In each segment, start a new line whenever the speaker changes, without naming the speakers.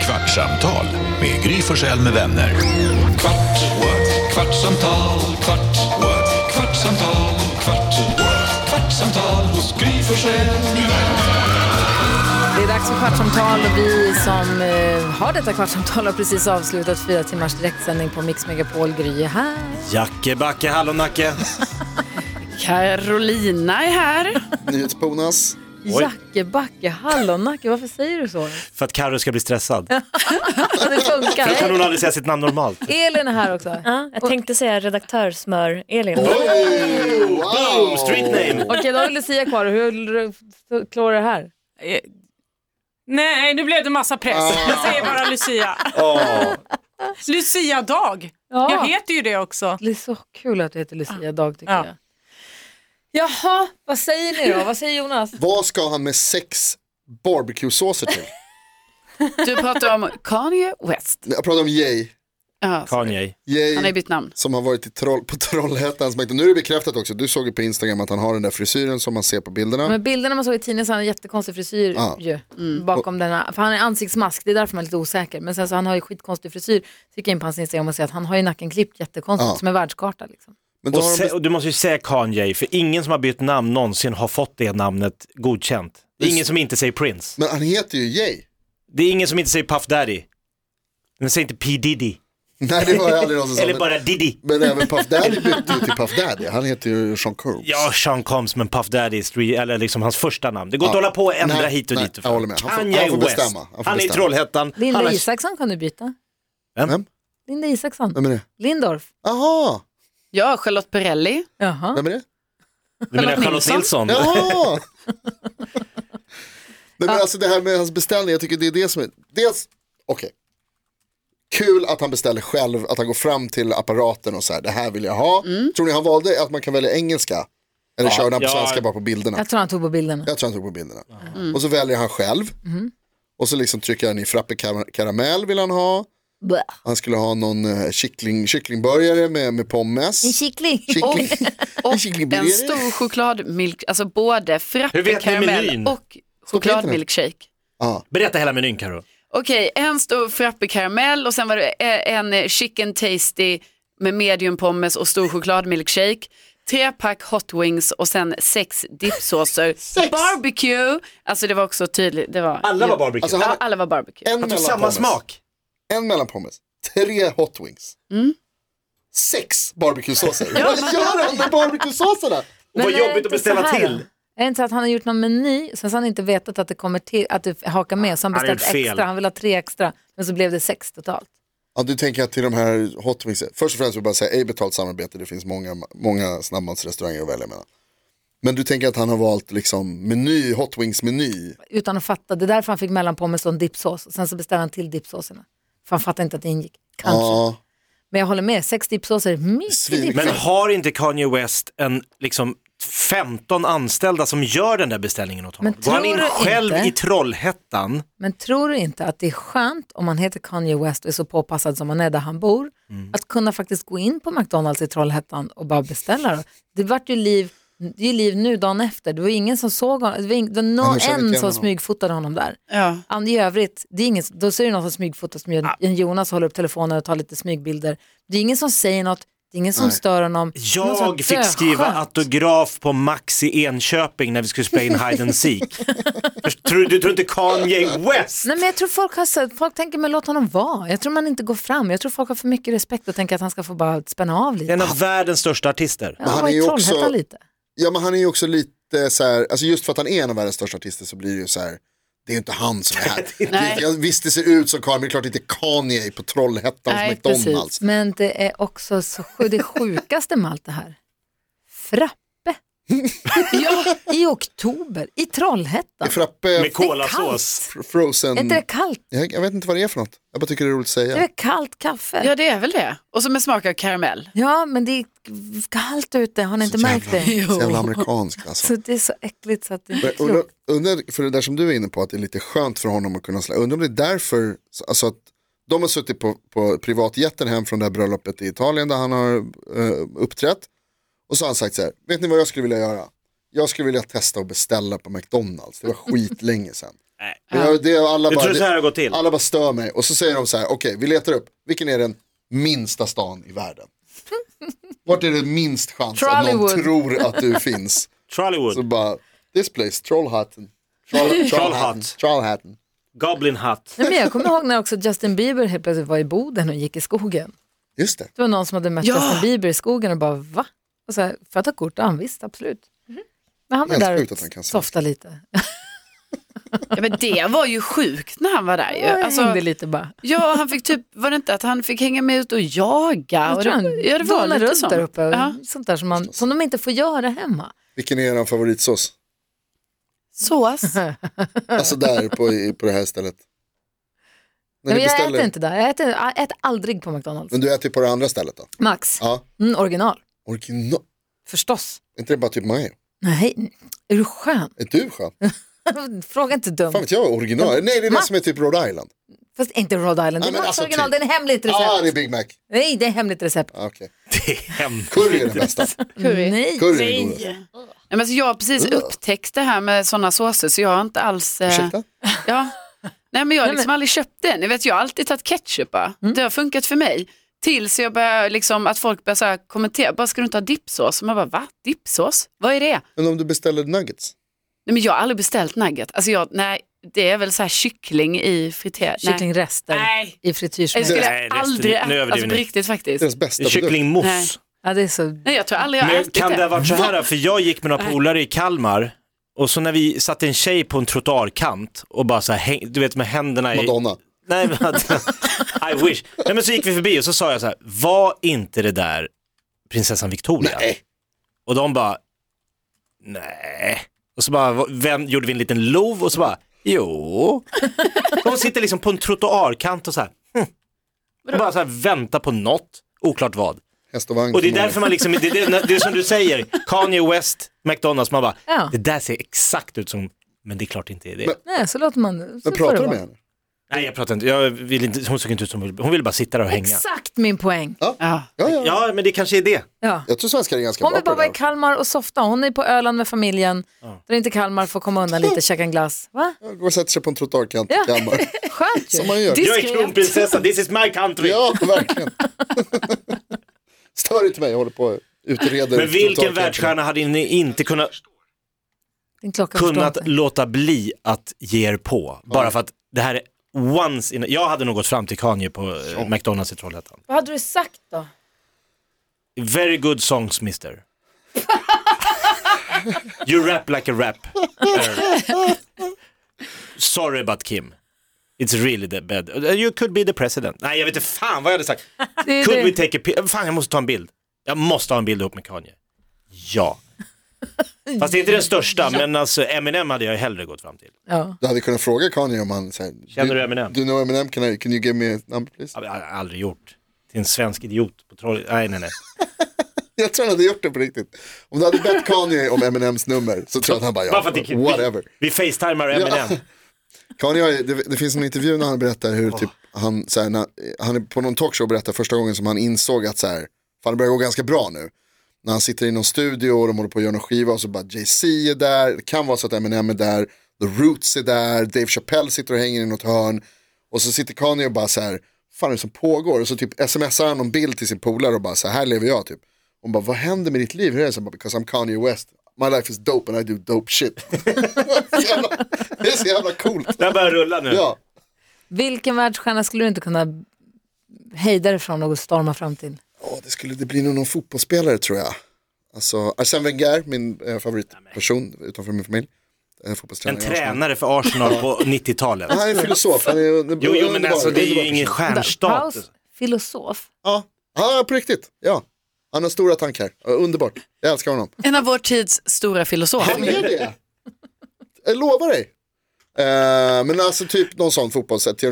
Kvartsamtal med Gry Forssell med vänner. Kvart, what? kvartsamtal, kvart, what? kvartsamtal, kvart, what? kvartsamtal hos Gry Forssell med vänner.
Det är dags för Kvartsamtal och vi som eh, har detta Kvartsamtal har precis avslutat fyra timmars direktsändning på Mix Megapol. Gry är här.
Jacke, Backe, Hallonacke.
Carolina är här.
NyhetsBonas.
Oj.
Jacke, Backe, Hallonacke, varför säger du så?
För att Carro ska bli stressad.
Det
Då kan hon
funkar.
aldrig säga sitt namn normalt.
Elin är här också.
Ja, jag tänkte säga redaktörsmör Elin.
Boom, Oh, street name.
Okej, då har vi Lucia kvar. Hur klarar du det här?
Eh, Nej, nu blev det massa press. Jag säger bara Lucia.
Åh,
Lucia-dag.
Ja.
Jag heter ju det också.
Det är så kul att du heter Lucia Dag tycker
Ja.
jag. Jaha, vad säger ni då? Vad säger Jonas?
Vad ska han med sex barbecue-såser till?
Du pratar om Kanye West.
Jag pratar om Jay.
Ja, så-
Kanye.
han har ju
Jay
bytt namn.
som har varit i troll, på Trollhättans mäktige. Nu är det bekräftat också. Du såg ju på Instagram att han har den där frisyren som man ser på bilderna.
Men bilderna man såg i tidningen så har han en jättekonstig frisyr
Ja.
ju, bakom den här. För han är ansiktsmask, det är därför man är lite osäker. Men sen så han har ju skitkonstig frisyr. Så gick jag in på hans Instagram och ser att han har ju nacken klippt jättekonstigt,
Ja.
som en världskarta liksom.
Men då
Och,
har de
se,
bes-
och du måste ju säga Kanye, för ingen som har bytt namn någonsin har fått det namnet godkänt. Det är ingen som inte säger Prince.
men han heter ju Jay.
Det är ingen som inte säger Puff Daddy. Den säger inte P Diddy.
Nej det var jag aldrig någon som sa.
Eller
Men,
bara Diddy.
men även Puff Daddy bytte ju till Puff Daddy. Han heter ju Sean Combs.
Ja, Sean Combs, men Puff Daddy är stre- eller liksom hans första namn. Det går inte att hålla på och ändra
Nej,
hit och
nej,
dit. Och
jag håller med. Han får-
Kanye
han får
West.
bestämma. Han
Han,
får
är i
bestämma.
Trollhättan.
Linda
Han har-
Isaksson kan du byta.
Vem?
Linda Isaksson.
Vem är det?
Lindorf.
Jaha,
Ja, Charlotte Perrelli.
Jaha.
vem är det?
Du menar Charlotte
Nilsson?
Nilsson?
Jaha! Nej men alltså det här med hans beställning, jag tycker det är det som är, dels, okej. Kul att han beställer själv, att han går fram till apparaten och så här, det här vill jag ha.
Mm.
Tror ni han valde att man kan välja engelska? Eller körde han på
ja.
svenska bara på bilderna?
Jag Mm. tror han tog på bilderna.
Jag tror han tog på bilderna. Och så väljer han själv.
Mm.
Och så liksom trycker han i frappe kar- karamell vill han ha.
Blä.
Han skulle ha någon eh, kyckling, kycklingburgare med, med pommes.
En kyckling.
Kyckling.
Och
kycklingburgare.
en stor chokladmilk, alltså både
Hur
frappe,
vet ni
karamell
menyn?
och chokladmilkshake.
Ja.
Berätta hela menyn Karo.
Okej, en stor frappe karamell och sen var det eh, en chicken tasty med medium pommes och stor chokladmilkshake. Tre pack hot wings och sen sex dippsåser. Barbecue, alltså det var också tydligt. Det var,
Alla var barbecue.
Alltså,
Ja, alla var barbecue.
En
han tog
mellan
ah, samma
pommes.
smak.
en mellanpommes, tre hot wings,
Mm.
sex barbecuesåser. Vad gör han med barbecuesåserna?
Och vad
Men är det
jobbigt att
inte
beställa
så här
till.
då? Är det inte så att han har gjort någon meny, sen så har han inte vetat att det kommer till, att det hakar med, så han
Han har
beställt
gjort fel.
extra, han vill ha tre extra, men så blev det sex totalt.
Ja, du tänker att till de här hot wings, först och främst vill jag bara säga, ej betalt samarbete, det finns många, många snabbmatsrestauranger att välja mellan. Men du tänker att han har valt liksom meny, hot wings meny.
utan att fatta. Det är därför han fick mellanpommes och en dipsås. Och sen så beställde han till dipsåserna. För han fattade inte att det ingick. Kanske.
Ja,
Men jag håller med, sex dipsåser är mycket
Svin.
dips.
Men har inte Kanye West en liksom 15 anställda som gör den där beställningen åt honom?
Men
Går han
tror
in
du
själv
inte?
i Trollhättan?
Men tror du inte att det är skönt om man heter Kanye West och är så påpassad som man är där han bor, att kunna faktiskt gå in på McDonalds i Trollhättan och bara beställa? Då? Det vart ju liv, det är ju liv nu dagen efter. Det var ju ingen som såg honom, det var, ing, det var
Ja, jag känner
någon
inte
en
igen
som
honom.
smygfotade honom där.
Ja.
And I övrigt, det är ingen, då ser du någon som smygfotar som gör- en Jonas håller upp telefonen och tar lite smygbilder. Det är ingen som säger något, det är ingen som
Nej.
stör honom. Det är någon som
Jag fick
döskönt.
skriva autograf på Maxi Enköping när vi skulle spela in Hide and Seek. Först- tror, du tror inte Kanye West?
Nej men jag tror folk har sett, folk tänker men låt honom vara. Jag tror man inte går fram, jag tror folk har för mycket respekt och tänker att han ska få bara spänna av lite.
En av världens största artister.
Ja,
Men han
var i
är ju också-
Trollhättan lite.
ja men han är ju också lite så här, alltså just för att han är en av världens största artister så blir det ju så här, det är ju inte han som är här.
Nej.
Jag, visst det ser ut som Kanye, men det är klart det inte Kanye på Trollhättans
Nej,
McDonalds.
precis.
Men det är också så, sj- det sjukaste med allt det här. Frappe. ja, I oktober, i Trollhättan.
Är frappe
Med kolasås.
fr- frozen?
Är inte det kallt?
Jag, jag vet inte vad det är för något. Jag bara tycker det är roligt att
Det
säga.
är kallt kaffe.
Ja, det är väl det. Och så med smak av karamell.
Ja, men det är kallt ute, har ni inte
Så
märkt det?
jävla, så jävla amerikanskt alltså.
Så det är så äckligt så att det är
Men Undrar,
klokt.
undrar, för det där som du är inne på, att det är lite skönt för honom att kunna slä. Undrar om det är därför, alltså att de har suttit på, på privatjeten hem från det här bröllopet i Italien där han har eh, uppträtt. Och så har han sagt så här, vet ni vad jag skulle vilja göra? Jag skulle vilja testa att beställa på McDonalds, det var skitlänge sedan. Ja, det är alla
Du
bara,
tror så här har gått till?
Alla bara stör mig och så säger de så här, okej vi letar upp, vilken är den minsta stan i världen? Vart är det minst chans att någon
Trollywood.
tror att du finns? Så
Trollywood,
bara, this place, Trollhatten. Troll, Trollhatten. Trollhatten.
Goblin Hut.
Nej, men jag kommer ihåg när också Justin Bieber helt plötsligt var i Boden och gick i skogen.
Just det.
Det var någon som hade mött Justin Bieber i skogen och bara va? Och så här, får jag ta kort? Ja, visst, absolut.
Mhm.
Men han var
Helt
där
sjukt att han kan
och
sånt.
softade lite.
Ja, men det var ju sjukt när han var där ju.
Jag
Alltså,
hängde lite bara.
ja, han fick typ, var det inte att han fick hänga med ut och jaga?
Jag
Och
tror han
det, ja, det var
donar
lite
runt
sånt.
där uppe. och
Ja.
Sånt där som, man, som de inte får göra hemma.
Vilken är er favoritsås?
Sås.
Alltså där på, i- på det här stället. När
Nej,
ni
men jag äter
beställer.
inte där. Jag äter, jag äter aldrig på McDonalds.
Men du äter ju på det andra stället då?
Max,
Ja.
mm, original.
Original.
Förstås.
Är inte det bara typ majo?
Nej, är du skön?
Är du skön?
Fråga inte dumt.
Fan vet jag, original. Nej det är det som är typ Rhode Island.
Fast inte Rhode Island, det
Nej,
är
men
Max
alltså
original,
typ.
det är en hemligt recept.
Ah det är Big Mac.
Nej, det är hemligt recept.
Ah, okay.
Det är hemskt.
Curry är den bästa.
Curry.
Nej.
Curry är godast.
Nej, men så jag har precis
Ugh.
upptäckt det här med sådana såser så jag har inte alls... eh,
Ursäkta?
ja. Nej men jag
Nej,
har
men- Mm.
liksom aldrig köpt det. Ni vet, jag har alltid tagit ketchup bara. Det har funkat för mig. Tills jag börjar liksom, att folk börjar så här kommentera, bara ska du inte ha dippsås? Och man bara, va? Dippsås? Vad är det?
Men om du beställer nuggets?
Nej men jag har aldrig beställt nugget. Alltså jag, nej, det är väl så här kyckling i friter. Nej.
Kycklingrester
nej.
i
Jag
frityrsmäck.
skulle
Nej, det är-
aldrig
nu
äta,
överdriver
alltså på
ni.
riktigt faktiskt.
Deras bästa produkt.
Nej.
Kycklingmousse.
Ja, det är så...
Nej jag tror aldrig jag har
Men
ätit
kan det
det.
ha varit så här, för jag gick med några polare i Kalmar och så när vi satte en tjej på en trottoarkant och bara så här, häng- du vet med händerna i...
Madonna.
Nej, men att, I wish. Nej, men så gick vi förbi och så sa jag så här, var inte det där prinsessan Victoria?
Nej.
Och de bara, nej. Och så bara, vem, gjorde vi en liten lov och så bara, jo. De sitter liksom på en trottoarkant och så här, hm. och bara så här väntar på något, oklart vad.
Häst och vagn.
Och det är
kommer
därför man liksom, det, det, det är som du säger, Kanye West, McDonalds, man bara,
Ja.
det där ser exakt ut som, men det är klart det inte är det.
Men-
Nej, så låter man... Så
Men
får det
pratar du
vara.
med henne?
nej jag pratar inte, jag vill inte, hon såg inte ut som hon ville, hon ville bara sitta där och hänga.
Exakt min poäng.
Ja.
Ja, ja.
Ja, men det kanske är det.
Ja.
Jag tror svenskar är ganska
Hon
bra
vill
på
bara vara
det
i
där.
Kalmar och softa. Hon är på Öland med familjen. Där inte Kalmar får komma undan lite, käka en glass. Va?
Ja, Går och sätter sig på en trottoarkant
Ja.
i Kalmar.
Skönt
Som
ju.
man gör.
Det-
Jag är
Diskret.
kronprinsessa, this is my country.
Ja, verkligen. Stör inte mig, jag håller på och utreder.
Men vilken
trottoarkanterna.
världsstjärna hade ni inte kunnat,
Din klocka
kunnat
förstår inte.
låta bli att ge er på? Bara för att det här är once in a... Jag hade nog gått fram till Kanye på eh, McDonalds i Trollhättan.
Vad hade du sagt då?
Very good songs mister. you rap like a rap. Eh, Sorry about Kim. It's really the bad. Eh, You could be the president. Nej, jag vet inte fan vad jag hade sagt.
Det är
Could we
det.
take a pi- Fan, jag måste ta en bild. Jag måste ha en bild ihop med Kanye. Ja. Fast det är inte den största, men alltså Eminem hade jag hellre gått fram till.
Ja.
Du hade kunnat fråga Kanye om han... Så här,
Känner du Eminem?
Du know Eminem, can, I, can you give me his number please?
Jag har jag aldrig gjort. Till en svensk idiot på troll... Nej, nej, nej.
Jag tror han hade gjort det på riktigt. Om du hade bett Kanye om Eminems nummer så tror jag att han bara,
Bara för
ja,
att det-
whatever.
Vi facetimar Eminem.
Kanye, har ju- det, det finns en intervju när han berättar hur typ, han, så här, när, han är på någon talkshow och berättar första gången som han insåg att så här, fan det börjar gå ganska bra nu. När han sitter i någon studio och de håller på att göra någon skiva och så bara Jay-Z är där, det kan vara så att Eminem är där, The Roots är där, Dave Chappelle sitter och hänger i något hörn. Och så sitter Kanye och bara så här, fan är det som pågår? Och så typ smsar han någon bild till sin polare och bara så här, här lever jag typ. Hon bara, vad händer med ditt liv? Hur är det? Så bara, Because I'm Kanye West. My life is dope and I do dope shit. Så jävla- det är så jävla coolt.
Det här börjar rulla nu.
Ja,
Vilken världsstjärna skulle du inte kunna hejda dig från och storma fram till?
Åh, det skulle det bli nog någon fotbollsspelare tror jag. Alltså Arsène Wenger, min eh, favoritperson utanför min familj. Eh,
En
fotbollstränare i Arsenal.
tränare för Arsenal på 90-talet.
Nej, Han är filosof. Han är under,
Jo, jo, men alltså det är ju ingen stjärnstatus.
Paus, filosof.
Ja, ja på riktigt. Ja. Han har stora tankar. Ja, Underbart. Jag älskar honom.
En av vår tids stora
Han
filosofer.
är det. Jag lovar dig. Eh, men alltså typ någon sån fotbollssätt.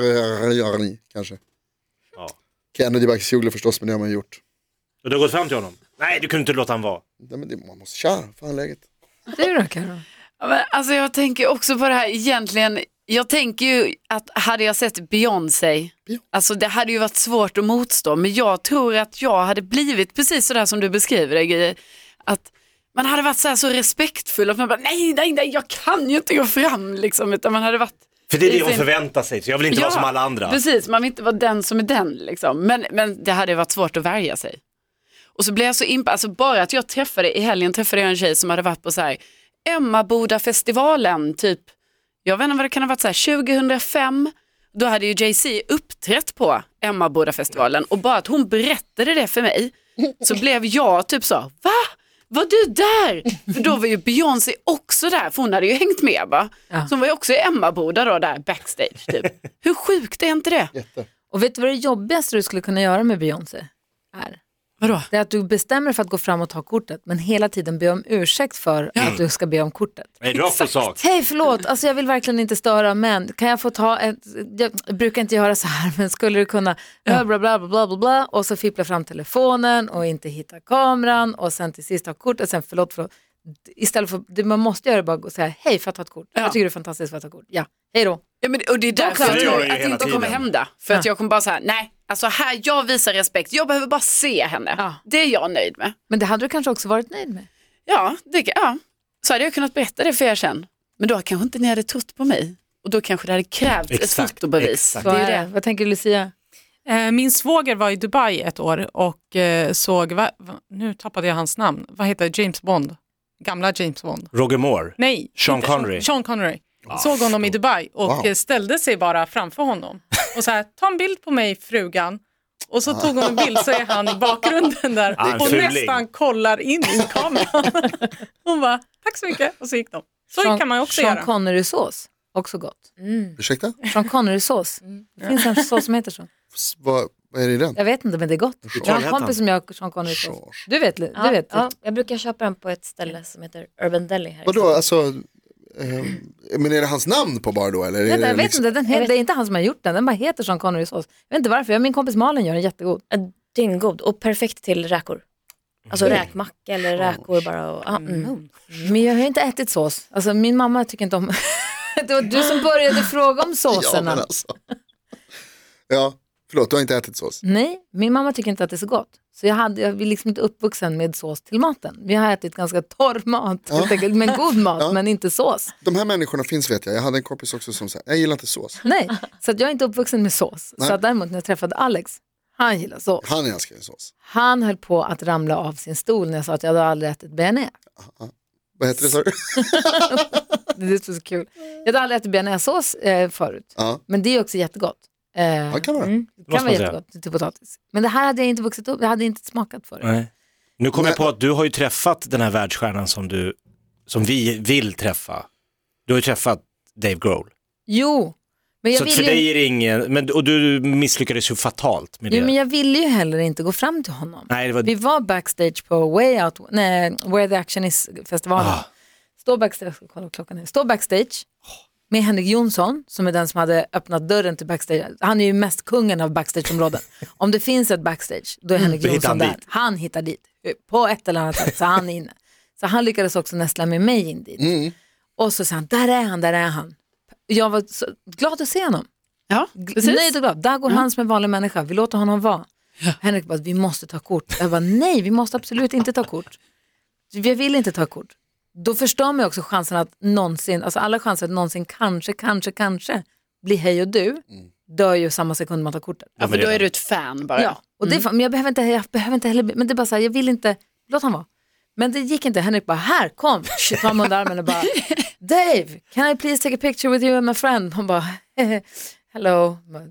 Tyranni kanske.
Ja.
Kennedy Bakircioglu förstås, men det har man ju gjort.
Och du har gått fram till honom? Nej, du kunde inte låta han vara.
Nej, men det, man måste, tja, fan läget.
Du då Carro?
Ja, men Alltså jag tänker också på det här egentligen. Jag tänker ju att hade jag sett Beyoncé, alltså det hade ju varit svårt att motstå, men jag tror att jag hade blivit precis sådär som du beskriver det, Gry. att man hade varit så, här så respektfull och man bara nej, nej, nej, jag kan ju inte gå fram liksom. Utan man hade varit
För det är det
lite-
hon förväntar sig, så jag vill inte vara som alla andra.
Precis, man vill inte vara den som är den. Liksom. Men, men det hade varit svårt att värja sig. Och så blev jag så imp- alltså bara att jag träffade, i helgen träffade jag en tjej som hade varit på så här Emmaboda-festivalen, typ, jag vet inte vad det kan ha varit, så här, 2005. Då hade ju Jay-Z uppträtt på Emmaboda-festivalen och bara att hon berättade det för mig så blev jag typ så, va? Var du där? För då var ju Beyoncé också där, för hon hade ju hängt med va? Så hon var ju också i Emmaboda då där backstage typ. Hur sjukt är inte det?
Och vet du vad det jobbigaste du skulle kunna göra med Beyoncé är?
Vadå?
Det är att du bestämmer dig för att gå fram och ta kortet men hela tiden ber om ursäkt för att du ska be om kortet.
Det är rakt på sak.
Hej förlåt, alltså jag vill verkligen inte störa men kan jag få ta ett, jag brukar inte göra så här men skulle du kunna, bla bla bla bla bla bla, bla. och så fippla fram telefonen och inte hitta kameran och sen till sist ta kortet, sen förlåt, förlåt. Istället för, det man måste göra är bara att säga hej för att ta ett kort. Jag tycker det är fantastiskt för att ta ett kort. Ja, hej då.
Ja, men, och det är därför
klarar
jag
det
tror
ju
Alltså, att det
hela
inte kommer
tiden.
hända. För att jag kommer bara så här, nej, alltså här, jag visar respekt, jag behöver bara se henne.
Ja.
Det är jag nöjd med.
Men det hade du kanske också varit nöjd med.
Ja, det, kan- ja, så hade jag kunnat berätta det för er sen. Men då kanske inte ni hade trott på mig. Och då kanske det hade krävts ett
Exakt,
fotobevis.
exakt.
Så
Det är ju
är
det.
det. Vad tänker du Lucia?
Eh, Min svåger var i Dubai ett år och eh, såg, va, va, nu tappade jag hans namn, vad heter James Bond? Gamla James Bond.
Roger Moore.
Nej,
Sean
inte
Connery. Ah,
Sean Connery. Såg honom i Dubai och
Wow.
eh, ställde sig bara framför honom och så här, ta en bild på mig frugan. Och så tog hon en bild så är han i bakgrunden där
Ah, en
och
fuling.
nästan kollar in i kameran. Hon bara, tack så mycket och så gick de. Så kan man ju också
Sean
göra. Mm.
Connery-sås, också gott.
Ursäkta?
Sean Connery-sås. Det finns en sås som heter så.
S- Vad, vad är det i den?
Jag vet inte men det är gott. Jag har en kompis som gör Sean Connery-sås. Du vet, du
Ja,
vet.
ja, jag brukar köpa den på ett ställe som heter Urban Deli här. i
Vadå,
Stockholm.
alltså, eh, men är det hans namn på bara då? Eller är
Nej,
det
jag vet
liksom-
inte, den heter, det är inte han som har gjort den, den bara heter Sean Connery-sås. Jag vet inte varför, jag, min kompis Malin gör den jättegod.
Ja, Dyngod och perfekt till räkor. Alltså räkmacka eller räkor bara. Och, ah, mm.
Men jag har ju inte ätit sås, alltså min mamma tycker inte om... det var du som började fråga om
Ja, men
såserna.
alltså. ja, förlåt, du har inte ätit sås.
Nej, min mamma tycker inte att det är så gott. Så jag, hade, jag är liksom inte uppvuxen med sås till maten. Vi har ätit ganska torr mat, helt enkelt, men god mat, men inte sås.
De här människorna finns vet jag. Jag hade en kompis också som sa, jag gillar inte sås.
Nej, så att jag är inte uppvuxen med sås. Så att däremot när jag träffade Alex, han gillar sås.
Han älskar ju sås.
Han höll på att ramla av sin stol när jag sa att jag hade aldrig ätit bearnaise.
Vad heter det sa du?
Det är så kul. Jag hade aldrig ätit bearnaisesås eh, förut,
Ja,
men det är också jättegott. Eh,
ja, kan vara.
mm, det kan
man
vara
säga.
jättegott till potatis. Men det här hade jag inte vuxit upp, jag hade inte smakat för det.
Nej. Nu kommer jag
Men-
på att du har ju träffat den här världsstjärnan som, du, som vi vill träffa. Du har ju träffat Dave Grohl.
Jo, men jag
så att för
ville
dig
ju,
är det ingen, men, och du misslyckades ju fatalt med det.
jo, men jag ville ju heller inte gå fram till honom.
Nej, det var...
Vi var backstage på Way Out, nej, Where the Action Is-festivalen.
Ah.
Stå backstage, kolla klockan nu. Stå backstage med Henrik Jonsson som är den som hade öppnat dörren till backstage. Han är ju mest kungen av backstageområden. Om det finns ett backstage, då är Henrik
Mm. Då hittar
Jonsson
han
där.
dit.
Han hittar dit på ett eller annat sätt, så han är inne. Så han lyckades också nästla med mig in dit.
Mm.
Och så sa han, där är han, där är han. Jag var så glad att se honom.
Ja, precis.
Nöjd och glad. Där går han som en vanlig människa. Vi låter honom vara. Henrik bara, vi måste ta kort. Jag bara, nej, vi måste absolut inte ta kort. Jag vill inte ta kort. Då förstör man ju också chansen att någonsin, alltså alla chanser att någonsin kanske, kanske, kanske bli hej och du, dör ju samma sekund man tar kortet.
Ja, för
men det-
då är du ett fan bara.
Ja, och det, är fan- men jag behöver, inte, jag behöver inte heller, men det är bara så här, jag vill inte, låt han vara. Men det gick inte, Henrik bara, här, kom, tar mig under armen och bara, Dave, can I please take a picture with you and my friend? Hon bara, hello, Man,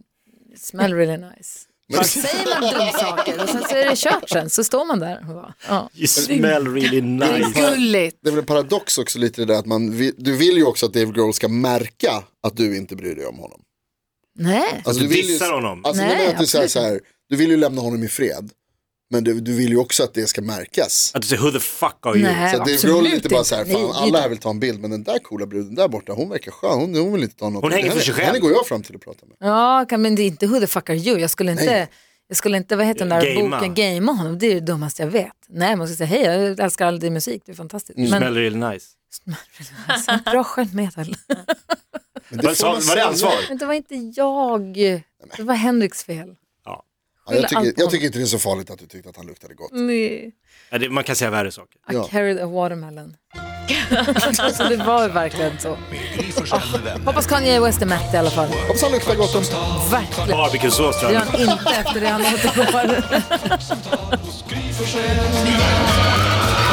smell really nice. Så säger man dumsaker och sen så är det kört sen, så står man där och bara, ja.
You smell really nice.
Gulligt.
Det är väl en paradox också lite det där att man, vi- du vill ju också att Dave Grohl ska märka att du inte bryr dig om honom.
Nej,
Alltså, du vill ju,
dissar honom.
Alltså,
Nej,
Nej, att du, så här,
absolut
så här, du vill ju lämna honom i fred, men du, du vill ju också att det ska märkas.
Att du säger who the fuck are you?
Nej.
Så att Dave
absolut
Grohl är inte bara så här,
inte. Nej,
fan
det är
alla
ju-
här vill ta en bild, men den där coola bruden där borta, hon verkar skön, hon, hon vill inte ta något.
Hon hänger för
henne,
sig själv.
Henne går jag fram till att prata med.
ja, kan- men det är inte who the fuck are you, jag skulle inte,
Nej.
jag skulle inte, vad heter den där
Gamea.
boken, gamea honom, det är ju det dummaste jag vet. Nej, man ska säga, hej, jag älskar all din musik, det är fantastiskt.
You
Men,
smell really nice.
alltså, bra skämtmedel.
Men
Vad
får
sa-
man
var det
säga.
hans svar?
Men det var inte jag. Det var Henriks fel.
Ja, jag,
Skylla allt
tycker,
på
jag tycker inte det är så farligt att du tyckte att han luktade gott.
Nej.
Ja, det, man kan säga värre saker.
I
Ja.
carried a watermelon. alltså det var ju verkligen så.
Med Gry Forssell med vänner.
Hoppas Kanye West är mätt i alla fall.
Hoppas han luktar gott om
Verkligen.
Barbecuesås tror
Det
jag.
gör han inte efter det han återgår.
Hos Gry Forssell med vänner.